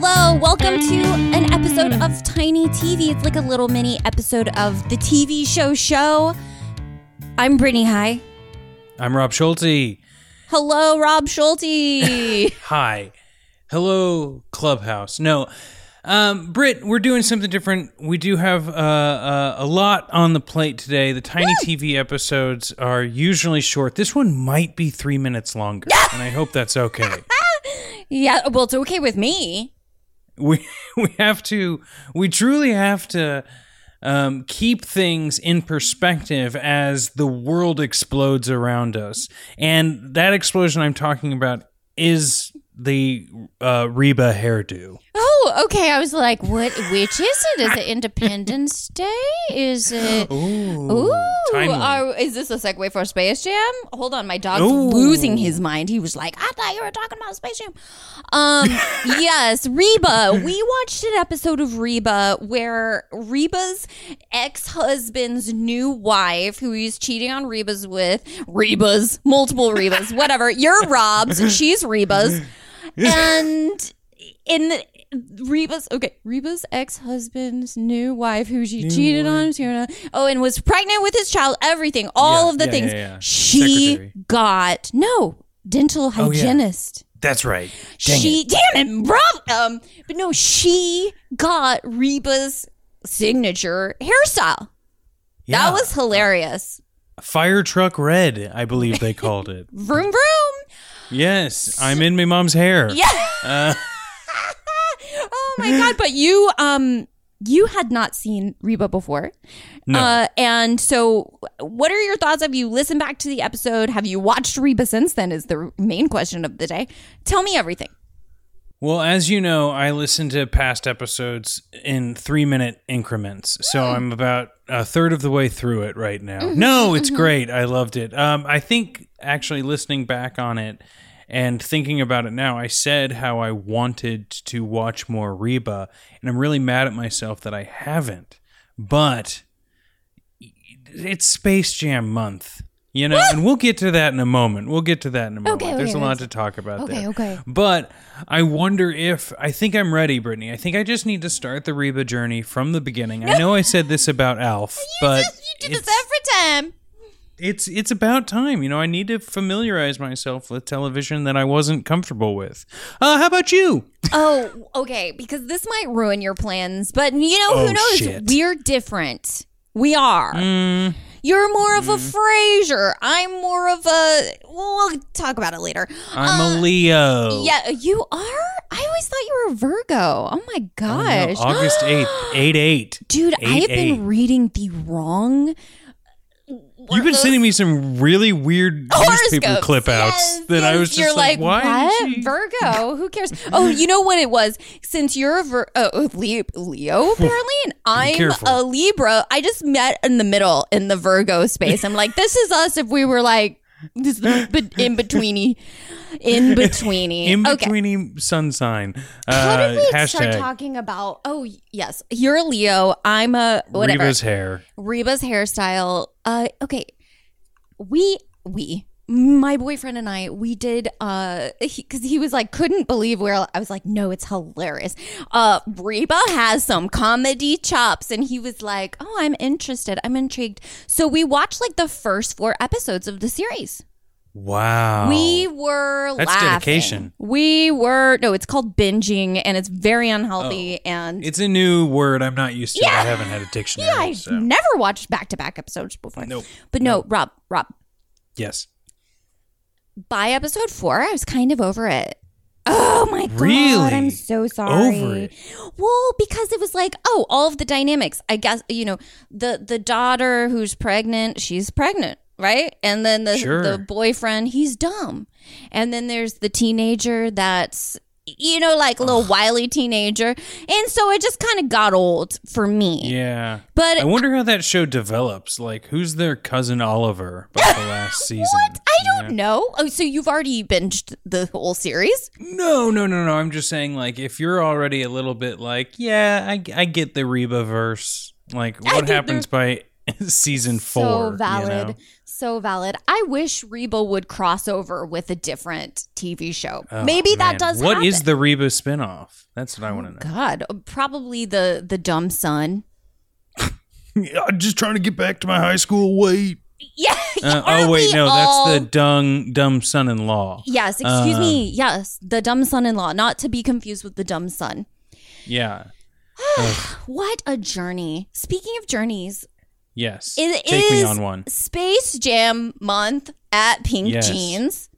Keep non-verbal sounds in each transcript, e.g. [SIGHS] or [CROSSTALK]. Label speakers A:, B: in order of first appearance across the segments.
A: Welcome to an episode of Tiny TV. It's like a little mini episode of the TV show show. I'm Brittany High.
B: I'm Rob Schulte.
A: Hello,
C: [LAUGHS]
A: Rob Schulte.
B: Hi. Hello, Clubhouse. No, um, Britt, we're doing something different. We do have uh, uh, a lot on the plate today. The Tiny TV episodes are usually short. This one might be three minutes longer, and I hope that's okay.
A: yeah, well, it's okay with me.
B: we [LAUGHS] we have to we truly have to um, keep things in perspective as the world explodes around us and that explosion i'm talking about is the uh, reba hairdo
C: Oh, okay. I was like, what? Which is it? Is it Independence Day? Is
A: [GASPS]
C: it?
B: Ooh, timely.
C: are- is this a segue for Space Jam? Hold on, my dog's
B: Ooh.
C: losing his mind. He was like, I thought you were talking about Space Jam. Um,
A: yes, Reba. We watched an episode of Reba where Reba's ex husband's new wife, who he's cheating on Reba's with, Reba's, multiple Reba's, whatever. You're Rob's, she's Reba's. And in the. Reba's okay. Reba's ex husband's new wife, who she cheated on, she- oh, and was pregnant with his child. Everything, all
B: Yeah,
A: of the
B: yeah,
A: things.
B: yeah, yeah.
A: She
B: Secretary. Oh,
A: got no dental
B: yeah.
A: hygienist
B: that's right Dang
A: she damn it, Rob. Um, but no, she got Reba's signature hairstyle.
B: Yeah.
A: That was hilarious.
B: fire truck red i believe they
A: [LAUGHS]
B: called it
A: Vroom vroom.
B: yes i'm in my mom's hair
A: Yeah.
B: Uh,
A: [LAUGHS] Oh my god! But you, um, you had not seen Reba before,
B: No.
A: Uh, and so, what are your thoughts? Have you listened back to the episode? Have you watched Reba since then? Is the main question of the day. Tell me everything.
B: Well, as you know, I listen to past episodes in three minute increments. So
C: Hmm.
B: I'm about a third of the way through it right now.
C: Mm-hmm.
B: No, it's great. I loved it. Um, I think actually listening back on it and thinking about it now, I said how I wanted to watch more Reba, and I'm really mad at myself that I haven't. But it's Space Jam month. You know, and we'll get to that in a moment. We'll get to that in a moment.
C: Okay,
B: There's
C: okay,
B: a lot to talk about
C: Okay,
B: there.
C: okay.
B: But I wonder if I think I'm ready, Brittany. I think I just need to start the Reba journey from the beginning. I know I said this about Alf, but
C: you do
B: it's,
C: this every time.
B: it's it's about time. You know, I need to familiarize myself with television that I wasn't comfortable with. Uh, how about you?
A: Oh, [LAUGHS] okay. Because this might ruin your plans, but you know who
B: Oh,
A: knows?
B: shit. Mm.
A: We're different. We are. You're more of a Frasier. I'm more of a. Well, we'll talk about it later.
B: I'm a Leo.
A: Yeah, you are. I always thought you were a Virgo. Oh my
B: You know,
A: gosh,
B: August 8th, 8 8.
A: [GASPS] dude! I have
B: 8-8.
A: been reading the wrong
B: You've been sending me some really weird newspaper
A: horoscopes.
B: clip outs
A: Yes,
B: that I
A: yes.
B: was just
A: You're like,
B: why?
A: what?
B: is she- [LAUGHS]
A: Virgo? Who cares? Oh, you know what it was? Since you're a Vir- uh, uh, Le- Leo apparently, and I'm
B: careful.
A: a Libra, I just met in the middle in the Virgo space. I'm like, this is us if we were like this but in betweeny,
B: [LAUGHS]
A: in betweeny,
B: In
A: Okay.
B: between sun sign. Uh,
C: How did we start
B: hashtag
C: talking about?
A: Oh yes, you're a Leo. I'm a whatever.
B: Reba's hair.
A: Reba's hairstyle. Uh, okay, we we my boyfriend and I we did uh because he, was like couldn't believe where I was like no it's hilarious. Uh, Reba has some comedy chops and he was like oh I'm interested I'm intrigued. So we watched like the first four episodes of the series.
B: Wow.
A: We were
B: Oh. That's
A: laughing.
B: dedication.
A: We were no it's called binging and it's very unhealthy
B: Oh.
A: and.
B: It's a new word I'm not used to. I haven't had a dictionary.
A: I've
B: so.
A: never watched back to back episodes before.
B: Nope.
A: But no, Rob, Rob,
B: Yes.
A: by episode four, I was kind of over it. Oh my god,
B: Really?
A: I'm so sorry.
B: Over it?
A: Well, because it was like, oh, all of the dynamics. I guess you know the the daughter who's pregnant, she's pregnant, right? And then the
B: Sure.
A: the boyfriend, he's dumb. And then there's the teenager that's you know like a little wily teenager, and so it just kind of got old for me.
B: Yeah.
A: But
B: I wonder how that show develops. Like, who's their cousin Oliver by
A: [LAUGHS]
B: the last season? What?
A: I don't know. Oh, so you've already binged the whole series?
B: No, no, no, no. I'm just saying, like, if you're already a little bit like, yeah, I, I get the Reba verse. Like, what
A: get the-
B: happens by [LAUGHS] season four.
A: So
B: you
A: valid.
B: know?
A: So valid. I wish Reba would cross over with a different TV show.
B: Oh,
A: Maybe that
B: man.
A: does
B: What
A: happen. Oh,
B: is the Reba spinoff? That's what I want to know.
A: God, uh, probably the the dumb son. [LAUGHS]
B: I'm just trying to get back to my high school weight.
A: Yeah.
B: Uh,
A: [LAUGHS] aren't
B: oh wait,
A: we
B: no,
A: all-
B: that's the dung dumb son-in-law.
A: Yes, excuse
B: Uh,
A: me. Yes, the dumb son-in-law, not to be confused with the dumb son.
B: Yeah.
A: What a journey. Speaking of journeys,
B: Yes.
A: It
B: Take me
A: is-
B: on one.
A: Space Jam month at Pink
B: Yes.
A: Jeans.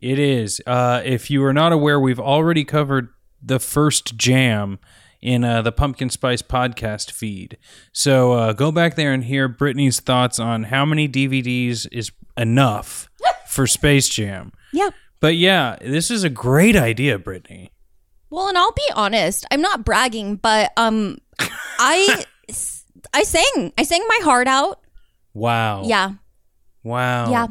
B: It is. Uh, if you are not aware, we've already covered the first jam in uh, the Pumpkin Spice podcast feed. So uh, go back there and hear Brittany's thoughts on how many DVDs is
A: [LAUGHS]
B: enough for Space Jam.
A: Yeah.
B: But yeah, this is a great idea, Brittany.
A: Well, and I'll be honest, I'm not bragging, but um
B: [LAUGHS]
A: I I sang. I sang my heart out.
B: Wow.
A: Yeah.
B: Wow.
A: Yeah.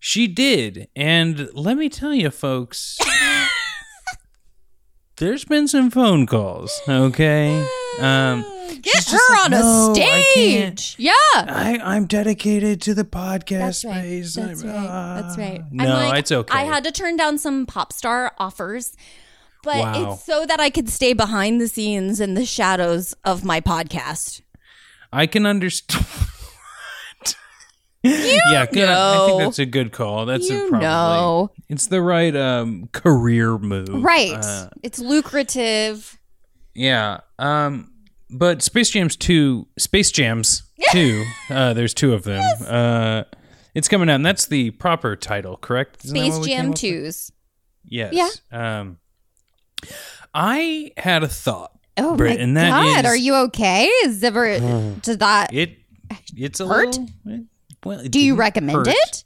B: She did. And let me tell
A: [LAUGHS]
B: you, folks, there's been some phone calls, okay? Um,
A: Get
B: she's
A: her
B: just like,
A: on
B: "No,
A: a
B: I can't.
A: stage. Yeah.
B: I, I'm dedicated to the podcast
A: That's right.
B: space.
A: That's
B: I'm-
A: right. That's right.
B: ah."
A: I'm
B: No,
A: like,
B: it's okay.
A: I had to turn down some pop star offers, but
B: Wow.
A: it's so that I could stay behind the scenes in the shadows of my podcast.
B: I can [LAUGHS] understand. yeah, good. I
A: know.
B: think that's a good call. That's a
A: You
B: probably.
A: know.
B: It's the right um, career move.
A: Right.
B: Uh,
A: it's lucrative.
B: yeah. Um, but Space Jams 2, Space Jams 2, uh, there's two of them. Uh, it's coming out, and that's the proper title, correct? Isn't that
A: Space
B: what we came
A: Jam
B: up with?
A: 2s.
B: Yes. Yeah. Um, I had a thought.
C: Oh
B: Brit, and
C: my
B: that
C: God,
B: is-
C: are you okay? Is ever
B: [SIGHS]
C: to that?
B: It it's a
C: Hurt?
B: little. Well, it
C: Do you
B: didn't
C: recommend
B: hurt.
C: it?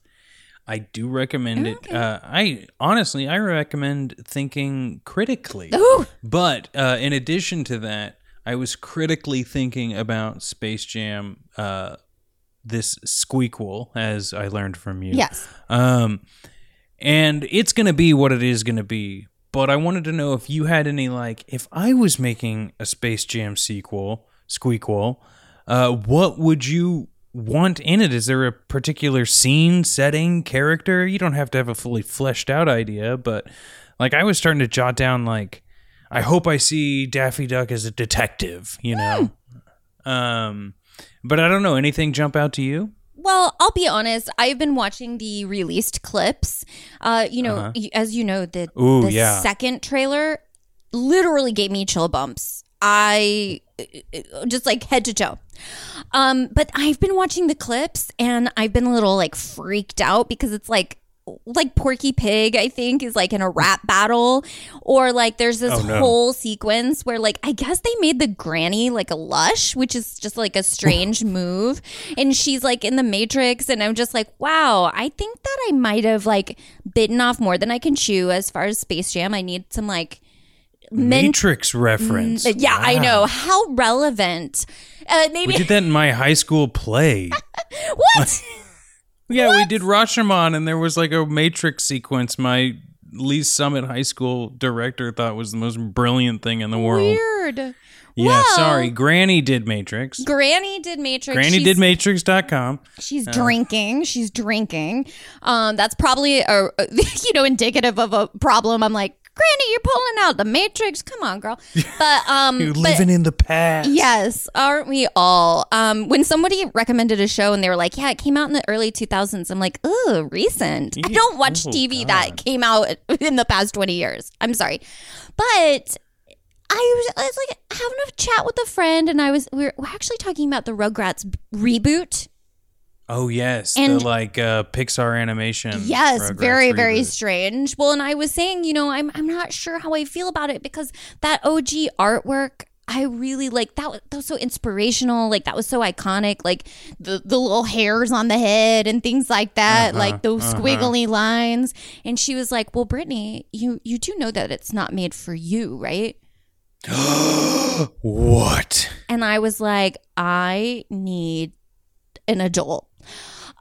B: I do recommend it. Uh, I honestly, I recommend thinking critically.
C: Ooh.
B: But uh, in addition to that, I was critically thinking about Space Jam. Uh, this squeakquel, as I learned from you.
C: Yes.
B: Um, and it's going to be what it is going to be. But I wanted to know if you had any, like, if I was making a Space Jam sequel, squeakquel, uh, what would you want in it? Is there a particular scene, setting, character? You don't have to have a fully fleshed out idea, but like, I was starting to jot down, like, I hope I see Daffy Duck as a detective, you know?
A: Hmm.
B: Um, but I don't know. Anything jump out to you?
A: Well, I'll be honest. I've been watching the released clips. Uh, you know, y- as you know, the,
B: Uh-huh. Ooh,
A: the
B: yeah.
A: second trailer literally gave me chill bumps. I uh, just like head to toe. Um, but I've been watching the clips and I've been a little like freaked out because it's like like Porky Pig, I think, is like in a rap battle, or like there's this
B: Oh, no.
A: whole sequence where like I guess they made the granny like a lush, which is just like a
B: [LAUGHS]
A: strange move, and she's like in the Matrix, and I'm just like, wow, I think that I might have like bitten off more than I can chew as far as Space Jam. I need some like mental
B: Matrix reference.
A: Mm, yeah, I
B: Wow.
A: know. How relevant. Uh, maybe
B: We did that in my high school
A: [LAUGHS]
B: play. [LAUGHS]
A: what?
B: yeah, we did Rashomon, and there was like a Matrix sequence. My Lee Summit High School director thought was the most brilliant thing in the world.
A: Weird.
B: Yeah,
A: Well,
B: sorry. Granny did Matrix.
A: Granny did Matrix.
B: Granny
A: She's-
B: did Oh. Matrix.com.
A: She's drinking. She's drinking. Um, that's probably a, [LAUGHS] a- you know indicative of a problem. I'm like, Granny, you're pulling out the Matrix. Come on,
B: [LAUGHS]
A: girl. But um,
B: You're
A: but-
B: living in the past.
A: Yes, aren't we all? Um, when somebody recommended a show and they were like, "Yeah, it came out in the early 2000s," I'm like, "Ooh, recent." I
B: Yeah.
A: don't watch
B: Oh,
A: TV
B: God.
A: that came out [LAUGHS] in the past 20 years. I'm sorry, but I was, I was like having a chat with a friend, and I was we were, we're actually talking about the Rugrats b- reboot.
B: Oh, yes.
A: And-
B: the like uh, Pixar animation.
A: Yes,
B: Rugrats
A: very, very
B: reboot.
A: strange. Well, and I was saying, you know, I'm I'm not sure how I feel about it because that OG artwork. I really like that. Was, that was so inspirational. Like that was so iconic. Like the the little hairs on the head and things like that.
B: Uh-huh,
A: like those
B: uh-huh.
A: squiggly lines. And she was like, "Well, Brittany, you you do know that it's not made for you, right?"
B: [GASPS] What?
A: And I was like, I need an adult.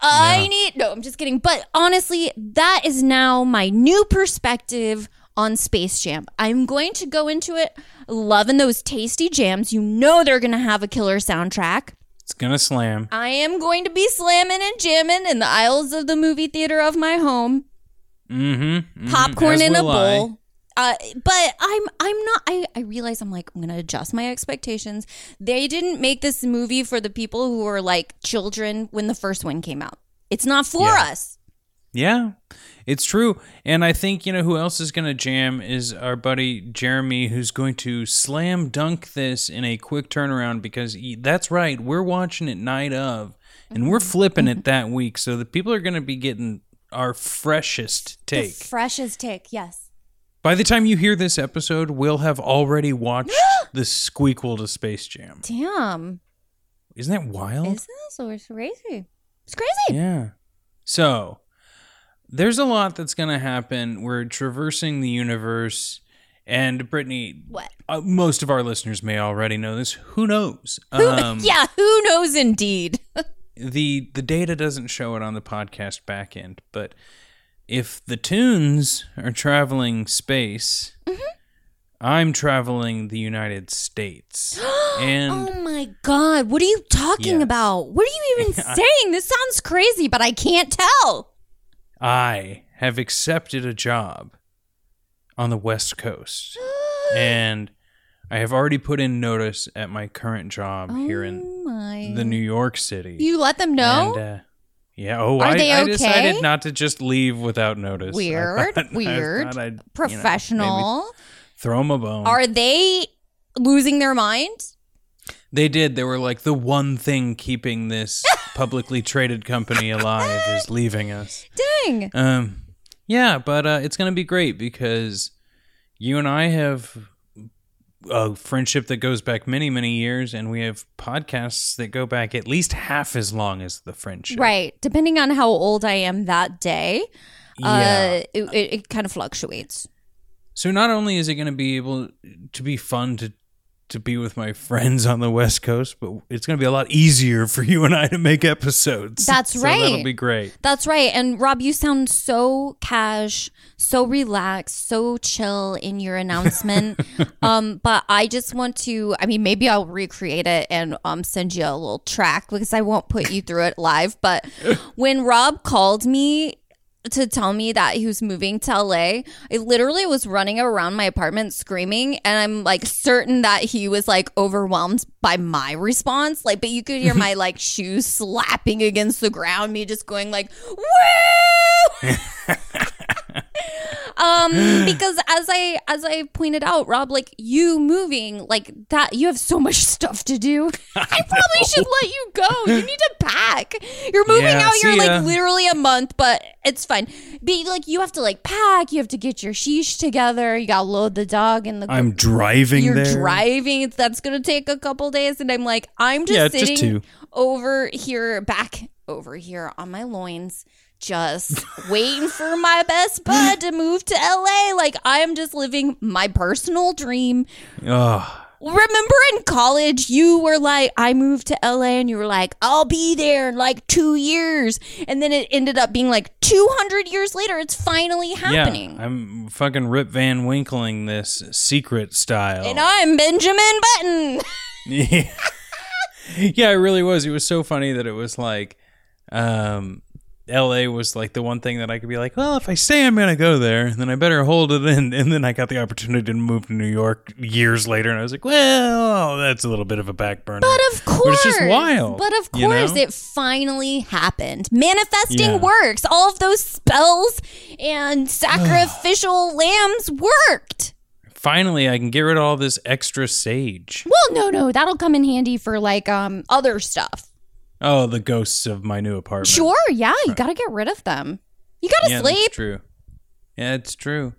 A: I
B: Yeah.
A: need, no, I'm just kidding. But honestly, that is now my new perspective on Space Jam. I'm going to go into it loving those tasty jams. You know, they're going to have a killer soundtrack.
B: It's gonna slam.
A: I am going to be slamming and jamming in the aisles of the movie theater of my home,
B: Mm-hmm.
A: popcorn in a bowl.
B: I.
A: Uh, but I'm I'm not I, I realize I'm like I'm gonna adjust my expectations. They didn't make this movie for the people who were like children when the first one came out. It's not for
B: Yeah.
A: us.
B: Yeah, it's true. And I think, you know, who else is going to jam is our buddy Jeremy, who's going to slam dunk this in a quick turnaround because he, that's right. We're watching it night of and we're flipping it that week. So the people are going to be getting our freshest take.
A: Freshest take, yes.
B: By the time you hear this episode, we'll have already watched the squeakquel to Space Jam.
A: Damn.
B: Isn't that wild?
A: This is crazy. It's crazy.
B: Mm-hmm. Yeah. So there's a lot that's going to happen. We're traversing the universe. And Brittany,
A: What?
B: uh, most of our listeners may already know this. Who knows? Um,
A: [LAUGHS] yeah, who knows indeed. [LAUGHS]
B: The the data doesn't show it on the podcast back end, but if the tunes are traveling space, I'm traveling the United States. and
A: Oh my God. What are you talking
B: Yes.
A: about? What are you
B: [LAUGHS]
A: even saying? This sounds crazy, but I can't tell.
B: I have accepted a job on the
A: [GASPS]
B: West Coast. and I have already put in notice at my current job here in
A: oh my.
B: the New York City.
A: you let them know?
B: And, uh, yeah. Oh,
A: Are
B: I,
A: they
B: I
A: okay?
B: decided not to just leave without notice. I
A: Weird,
B: thought- [LAUGHS] I
A: weird.
B: thought I'd, you know, maybe
A: Professional.
B: throw them a bone.
A: are they losing their mind?
B: they did. They were like the one thing keeping this
A: [LAUGHS]
B: publicly traded company alive is leaving us.
A: Dang.
B: Um, yeah, but uh, it's gonna be great because you and I have a friendship that goes back many, many years, and we have podcasts that go back at least half as long as the friendship.
A: Right. Depending on how old I am that day,
B: Yeah.
A: uh, it, it, it kind of fluctuates.
B: So not only is it gonna be able to be fun to to be with my friends on the West Coast, but it's gonna be a lot easier for you and I to make episodes.
A: That's
B: [LAUGHS] So That'll
A: right.
B: be great.
A: That's right. And Rob, you sound so cash, so relaxed, so chill in your [LAUGHS] announcement. um, but I just want to, I mean, maybe I'll recreate it and um, send you a little track because I won't put you through it live. [LAUGHS] But when Rob called me, to tell me that he was moving to LA, I literally was running around my apartment screaming, and I'm like certain that he was like overwhelmed by my response. Like, but you could hear
B: [LAUGHS]
A: my like shoes slapping against the ground, me just going like, "Woo!"
B: [LAUGHS]
A: um, because as I as I pointed out, Rob, like you moving like that, you have so much stuff to
B: [LAUGHS]
A: do. I, probably should let you go. You need to pack. You're moving
B: Yeah,
A: out. You're
B: see
A: like
B: ya.
A: literally a month, but it's fine. But like you have to like pack, you have to get your sheesh together, you gotta load the dog in the
B: I'm driving
A: you're
B: there.
A: driving. It's- That's gonna take a couple days, and I'm like, I'm just
B: Yeah, just
A: sitting
B: two.
A: over here, back over here on my loins, just waiting for my best bud to move to LA. Like I am just living my personal dream.
B: Ugh.
A: Remember in college, you were like, I moved to LA, and you were like, I'll be there in like two years, and then it ended up being like 200 years later. It's finally happening.
B: Yeah, I'm fucking Rip Van Winkling this secret style.
A: and I'm Benjamin Button.
B: Yeah. [LAUGHS] yeah, it really was. It was so funny that it was like, um, L.A. was like the one thing that I could be like, well, if I say I'm gonna go there, then I better hold it in. And then I got the opportunity to move to New York years later, and I was like, well, that's a little bit of a back burner.
A: But of course,
B: But it's just wild,
A: But of
B: you
A: course,
B: know?
A: it finally happened. Manifesting
B: Yeah.
A: works. All of those spells and sacrificial lambs worked.
B: Finally, I can get rid of all this extra sage.
A: Well, no, no, that'll come in handy for like um other stuff.
B: Oh, the ghosts of my new apartment.
A: Sure, yeah, you gotta get rid of them. You gotta
B: Yeah,
A: sleep.
B: That's true. Yeah, it's true.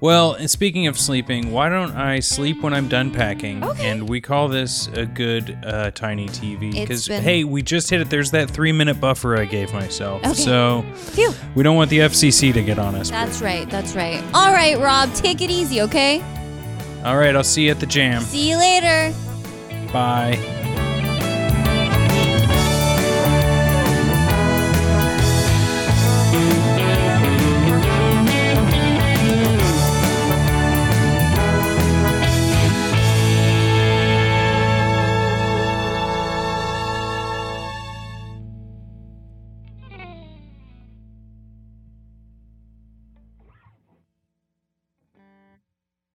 B: Well, and speaking of sleeping, why don't I sleep when I'm done packing? And we call this a good uh, tiny TV
A: It's
B: because
A: been-
B: hey, we just hit it. There's that three minute buffer I gave myself,
A: Okay.
B: so
A: Phew.
B: we don't want the FCC to get on us.
A: That's right. That's right. All right, Rob, take it easy, okay?
B: All right, I'll see you at the jam.
A: See you later.
B: Bye.